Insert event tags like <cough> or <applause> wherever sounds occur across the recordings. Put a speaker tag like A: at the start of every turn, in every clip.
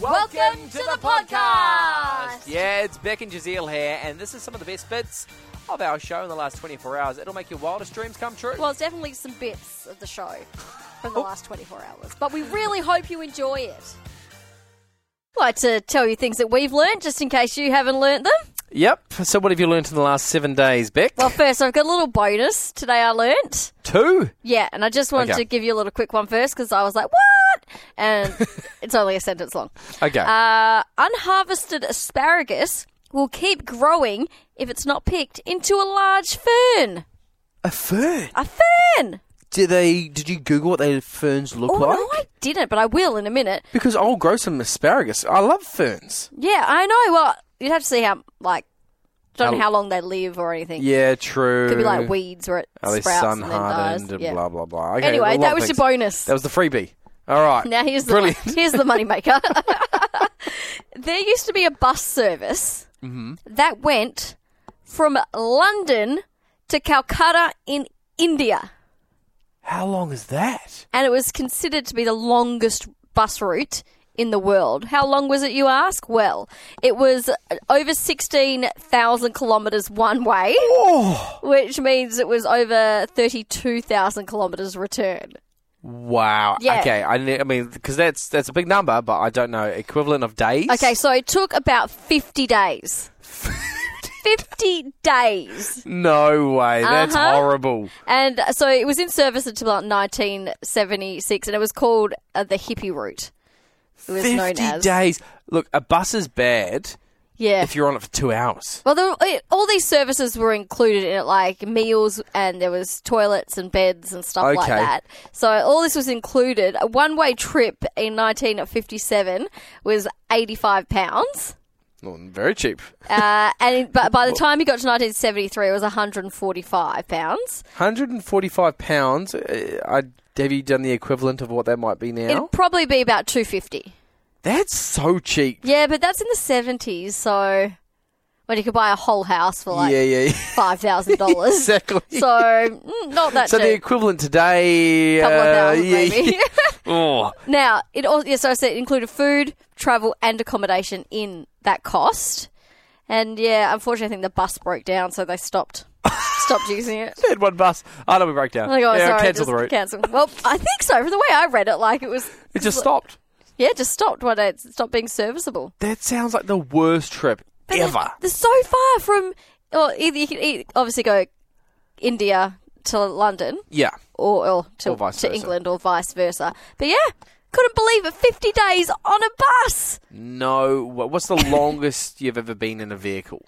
A: Welcome to the podcast.
B: Yeah, it's Beck and Jazeel here, and this is some of the best bits of our show in the last 24 hours. It'll make your wildest dreams come true.
A: Well, it's definitely some bits of the show from the last 24 hours, but we really hope you enjoy it. Like to tell you things that we've learned, just in case you haven't learnt them.
B: Yep. So, what have you learnt in the last seven days, Beck?
A: Well, first, I've got a little bonus today I learnt.
B: Two.
A: Yeah, and I just wanted
B: Okay.
A: to give you a little quick one first because I was like, what? And it's only a sentence long.
B: Okay.
A: Uh, unharvested asparagus will keep growing if it's not picked into a large fern.
B: a fern.
A: A fern!
B: Did they? Did you Google what their ferns look
A: Oh,
B: like?
A: no, I didn't, but I will in a minute.
B: Because I'll grow some asparagus. I love ferns.
A: Yeah, I know. Well, you'd have to see how, like, don't know
B: How-
A: how long they live or anything.
B: Yeah, true.
A: Could be like weeds where it
B: Are they
A: sprouts
B: sun
A: and then dies.
B: hardened and
A: Yeah.
B: blah blah blah? Okay, a
A: anyway,
B: lot
A: that
B: of
A: was your
B: things.
A: bonus.
B: That was the freebie. All right.
A: <laughs> Now here's the
B: brilliant.
A: here's
B: <laughs>
A: the moneymaker. there used to be a bus service
B: Mm-hmm.
A: that went from London to Calcutta in India,
B: How long is that?
A: and it was considered to be the longest bus route in the world. How long was it, you ask? Well, it was over sixteen thousand kilometres one way,
B: Oh!
A: which means it was over thirty-two thousand kilometres return.
B: Wow.
A: Yeah.
B: Okay. I, ne- I mean, because that's that's a big number, but I don't know equivalent of days.
A: Okay, so it took about 50 days. 50 days.
B: <laughs> No way. That's
A: Uh-huh.
B: horrible.
A: And uh, so it was in service until about 1976 and it was called uh, the hippie route. It was known
B: Fifty
A: as.
B: days. Look, a bus is bad
A: Yeah.
B: if you're on it for two hours.
A: well, there were, it, all these services were included in it, like meals, and there was toilets and beds and stuff like
B: Okay.
A: that. So all this was included. A one-way trip in 1957 was 85 pounds.
B: Well, very cheap.
A: Uh, and but by the time he got to 1973, it was 145 pounds.
B: Hundred and forty-five pounds. Uh, I have you done the equivalent of what that might be now?
A: It'd probably be about 250.
B: that's so cheap.
A: Yeah, but that's in the 70s, so when you could buy a whole house for like
B: yeah, yeah,
A: <laughs>
B: yeah.
A: five
B: <laughs>
A: thousand dollars.
B: exactly.
A: So mm, not that
B: So the
A: cheap.
B: equivalent today. uh,
A: Couple of thousand,
B: yeah,
A: maybe.
B: yeah. <laughs> oh,
A: <laughs> now it also yeah, so I said it included food, travel, and accommodation in that cost. And yeah, unfortunately, I think the bus broke down, so they stopped stopped using it.
B: had one bus. Oh no, we broke down.
A: Like, oh,
B: yeah,
A: sorry,
B: cancel the
A: just
B: route.
A: Cancel. Well, I think so. From the way I read it, like it was,
B: it just stopped.
A: yeah, it just stopped when it stopped being serviceable.
B: That sounds like the worst trip
A: But
B: ever.
A: They're, they're so far from. Well, either you can e obviously go India to London
B: yeah.
A: or, or to,
B: Or vice
A: to
B: versa.
A: England or vice versa. But yeah, couldn't believe it. Fifty days on a bus.
B: No. wa- What's
A: <laughs>
B: the longest you've ever been in a vehicle?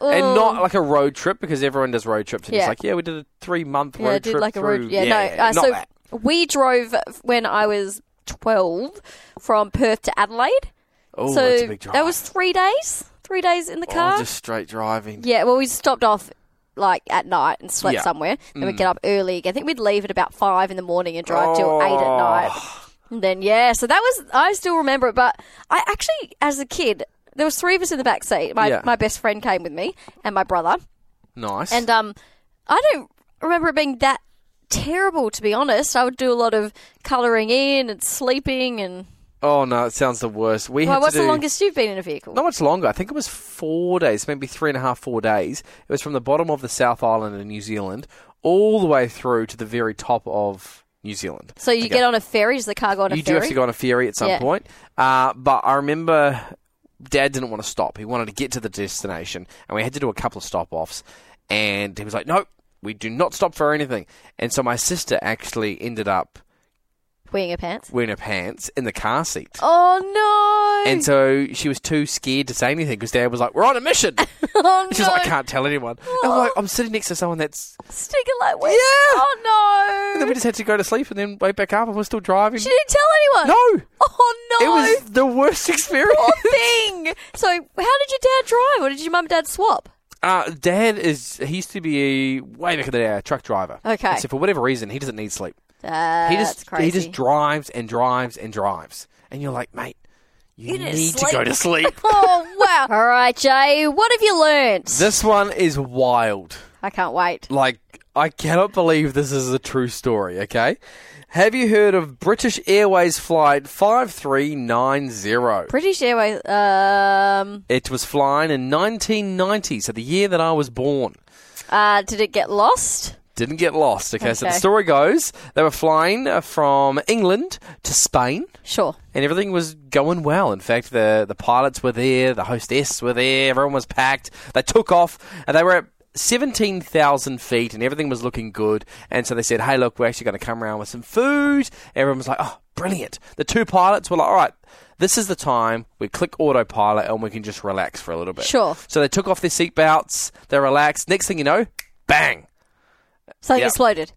A: Oh.
B: And not like a road trip because everyone does road trips. And
A: Yeah.
B: it's like, yeah, we did a three month road
A: yeah, I
B: trip.
A: did like a road.
B: through-
A: Yeah, no. Uh,
B: not
A: so
B: that.
A: we drove when I was twelve from Perth to Adelaide.
B: Oh,
A: so
B: that's a big drive.
A: that was three days. Three days in the car.
B: oh, just straight driving.
A: Yeah, well, we stopped off like at night and slept
B: Yeah. Mm.
A: somewhere. Then we'd get up early. I think we'd leave at about five in the morning and drive till eight at
B: Oh.
A: night. And then yeah, so that was I still remember it. But I actually, as a kid, there was three of us in the back seat. My
B: Yeah.
A: my best friend came with me and my brother,
B: Nice.
A: and um, I don't remember it being that terrible to be honest. I would do a lot of colouring in and sleeping and.
B: oh no, it sounds the worst. We
A: Well,
B: had
A: what's
B: to do
A: the longest you've been in a vehicle?
B: not much longer. I think it was four days, maybe three and a half, four days. It was from the bottom of the South Island in New Zealand all the way through to the very top of New Zealand.
A: So you
B: Okay.
A: get on a ferry? Does the car go on a
B: you
A: ferry?
B: do have to go on a ferry at some
A: Yeah.
B: point. Uh, but I remember Dad didn't want to stop. He wanted to get to the destination, and we had to do a couple of stop offs. And he was like, "Nope, we do not stop for anything." And so my sister actually ended up
A: Wearing your pants?
B: wearing her pants in the car seat.
A: Oh no!
B: And so she was too scared to say anything because Dad was like, "We're on a
A: <laughs>
B: mission."
A: oh no!
B: She's like, "I can't tell anyone." And I'm like, "I'm sitting next to someone
A: <laughs>
B: that's."
A: Stinking like wet.
B: Yeah.
A: Oh
B: And
A: no.
B: then we just had to go to sleep and then wake back up, and we're still driving.
A: she didn't tell anyone.
B: no,
A: Oh no.
B: it
A: <laughs>
B: was the worst <laughs> experience.
A: thing. So how did your dad drive, or did your mum and dad swap?
B: Uh, Dad is he used to be a, way back in the day a truck driver.
A: Okay. Uh,
B: And So for whatever reason, he doesn't need sleep.
A: That's
B: he just
A: crazy.
B: he just drives and drives and drives, and you're like, mate, you,
A: You need to
B: need to
A: sleep."
B: go to
A: <laughs>
B: sleep.
A: oh wow! All right, Jay. What have you learnt?
B: this one is wild.
A: I can't wait.
B: Like I cannot believe this is a true story, okay? Have you heard of British Airways Flight 5390?
A: British Airways. Um,
B: It was flying in 1990, so the year that I was born.
A: uh, did it get lost?
B: Didn't get lost. Okay, so the
A: Okay.
B: story goes they were flying uh, from England to Spain,
A: Sure.
B: and everything was going well. In fact, the the pilots were there, the hostess were there, everyone was packed. They took off, and they were at seventeen thousand feet, and everything was looking good. And so they said, "Hey, look, we're actually going to come around with some food." Everyone was like, "Oh, brilliant!" The two pilots were like, "All right." This is the time we click autopilot and we can just relax for a little bit.
A: Sure.
B: So they took off their seatbelts, they relaxed. Next thing you know, bang,
A: Something
B: Yeah.
A: exploded.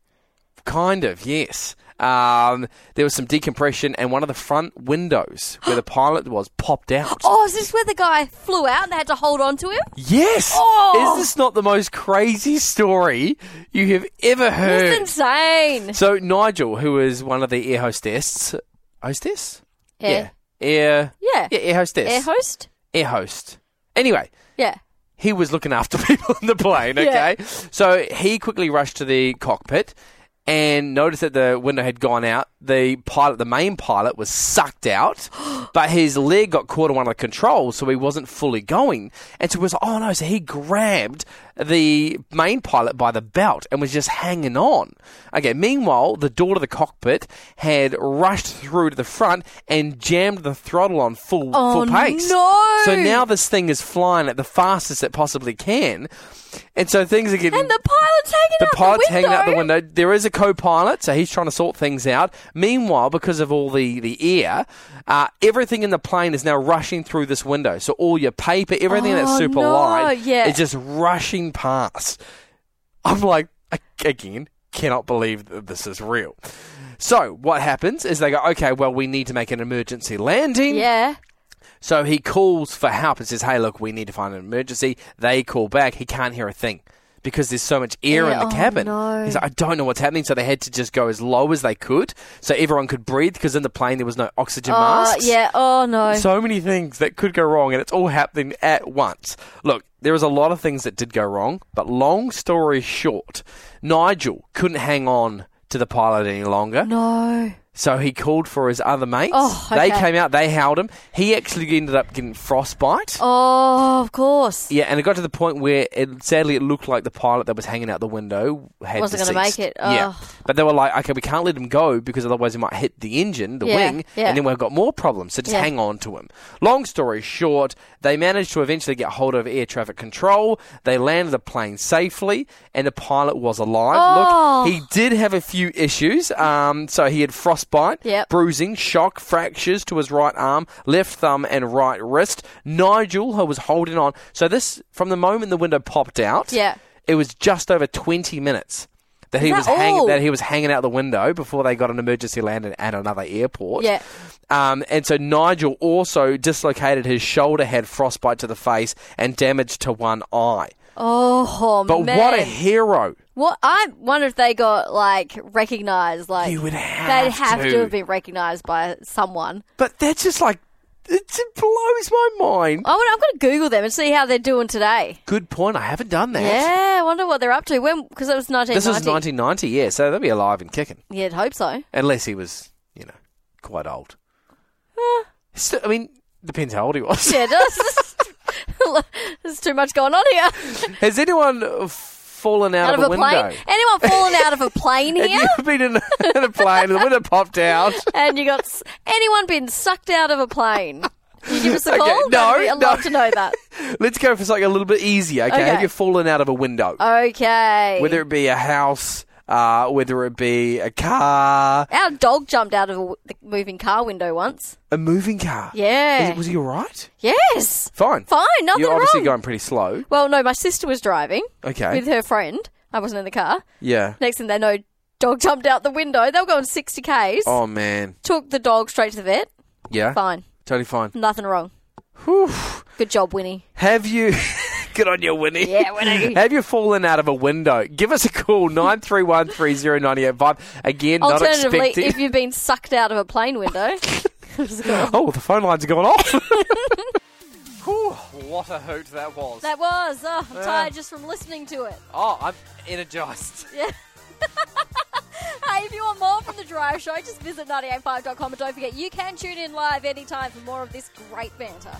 B: Kind of, yes. Um, there was some decompression, and one of the front windows
A: <gasps>
B: where the pilot was popped out.
A: Oh, is this where the guy flew out and they had to hold on to him?
B: Yes!
A: Oh!
B: Is this not the most crazy story you have ever heard?
A: It's insane.
B: so, Nigel, who was one of the air hostess. Hostess?
A: Yeah.
B: Yeah. Air.
A: Yeah.
B: Yeah, air hostess.
A: Air host?
B: air host. Anyway,
A: Yeah.
B: he was looking after <laughs> people in the plane,
A: Yeah.
B: okay? So he quickly rushed to the cockpit and noticed that the window had gone out. The pilot, the main pilot, was sucked
A: <gasps>
B: out, but his leg got caught in one of the controls, so he wasn't fully going. And so it was, oh no, so he grabbed the main pilot by the belt and was just hanging on. Okay, meanwhile, the door to the cockpit had rushed through to the front and jammed the throttle on full,
A: Oh,
B: full pace.
A: no.
B: So now now this thing is flying at the fastest it possibly can, and so things are getting.
A: And the pilot's hanging
B: the
A: out
B: pilot's
A: the window.
B: hanging out the window. There is a co-pilot, so he's trying to sort things out. Meanwhile, because of all the the air, uh, everything in the plane is now rushing through this window. So all your paper, everything that's
A: Oh,
B: super
A: no,
B: light,
A: yeah.
B: is just rushing past. I'm like, "A- again, cannot believe that this is real. So what happens is they go, okay, well, we need to make an emergency landing.
A: Yeah.
B: So he calls for help and says, "Hey, look, we need to find an emergency." They call back. He can't hear a thing because there's so much air
A: Yeah,
B: in the
A: oh
B: cabin.
A: no.
B: He's like, "I don't know what's happening." So they had to just go as low as they could so everyone could breathe because in the plane there was no oxygen
A: Oh,
B: masks.
A: yeah. Oh, no.
B: So many things that could go wrong, and it's all happening at once. Look, there was a lot of things that did go wrong, but long story short, Nigel couldn't hang on to the pilot any longer.
A: no.
B: So he called for his other mates.
A: Oh,
B: They
A: okay.
B: came out, they howled him. He actually ended up getting frostbite.
A: Oh, of course.
B: Yeah, and it got to the point where it, sadly it looked like the pilot that was hanging out the window had
A: Wasn't gonna
B: deceased.
A: make it.
B: Yeah,
A: Ugh.
B: but they were like, okay, we can't let him go because otherwise he might hit the engine, the
A: Yeah,
B: wing,
A: yeah.
B: and then we've got more problems. So just
A: Yeah.
B: hang on to him. Long story short, they managed to eventually get hold of air traffic control. They landed the plane safely, and the pilot was alive.
A: Oh.
B: Look, he did have a few issues. Um, so he had frostbite,
A: Yep.
B: bruising, shock, fractures to his right arm, left thumb, and right wrist. Nigel, who was holding on. So this, from the moment the window popped out,
A: Yeah.
B: it was just over twenty minutes that he
A: that
B: was hanging
A: all?
B: that he was hanging out the window before they got an emergency landing at another airport.
A: Yeah.
B: Um, and so Nigel also dislocated his shoulder, had frostbite to the face, and damage to one eye.
A: Oh,
B: But
A: man.
B: what a hero!
A: What I wonder if they got like recognized, like
B: You would have
A: they'd have
B: to.
A: to. have been recognized by someone.
B: But that's just like it blows my mind.
A: I wonder, I'm going to Google them and see how they're doing today.
B: Good point. I haven't done that.
A: Yeah, I wonder what they're up to. When because it was 1990.
B: This was 1990, yeah, so they'll be alive and kicking.
A: Yeah, I'd hope so.
B: Unless he was, you know, quite old. So- I mean, depends how old he was.
A: Yeah, it does. <laughs> There's too much going on here.
B: <laughs> Has anyone uh, fallen out,
A: Out of a
B: window?
A: plane. Anyone falling out of
B: <laughs>
A: a plane
B: Have
A: here?
B: you ever been in a, in a plane and the window popped out?
A: and you got s- anyone been sucked out of a plane? Can you give us
B: <laughs>
A: a
B: Okay, no,
A: call? That'd be- I'd
B: no.
A: love to know that.
B: Let's go for something a little bit easier, okay?
A: Okay.
B: Have you fallen out of a window?
A: Okay.
B: Whether it be a house, uh, whether it be a car,
A: Our dog jumped out of a w- the moving car window once.
B: a moving car.
A: Yeah.
B: Is- was he all right?
A: Yes.
B: Fine.
A: Fine. Nothing
B: You're obviously
A: wrong.
B: going pretty slow.
A: well, no, my sister was driving
B: Okay.
A: with her friend. I wasn't in the car.
B: yeah.
A: Next thing they know, dog <laughs> jumped out the window. They were going 60 k's.
B: Oh, man.
A: Took the dog straight to the vet.
B: Yeah.
A: Fine.
B: Totally fine.
A: Nothing wrong.
B: Whew.
A: Good job, Winnie.
B: Have you. <laughs> Good on you, Winnie. <laughs>
A: Yeah, Winnie.
B: Have you fallen out of a window? Give us a
A: <laughs>
B: call, 931 30985. Again, not
A: Alternatively,
B: expecting.
A: if you've been sucked out of
B: <laughs>
A: a plane window. <laughs>
B: Oh, the phone lines are going off. Whew, What a hoot that was.
A: That was. Oh, I'm
B: Yeah.
A: tired just from listening to it.
B: oh, I'm energized.
A: Hey, if you want more from The Drive Show, just visit 985.com and don't forget you can tune in live anytime for more of this great banter.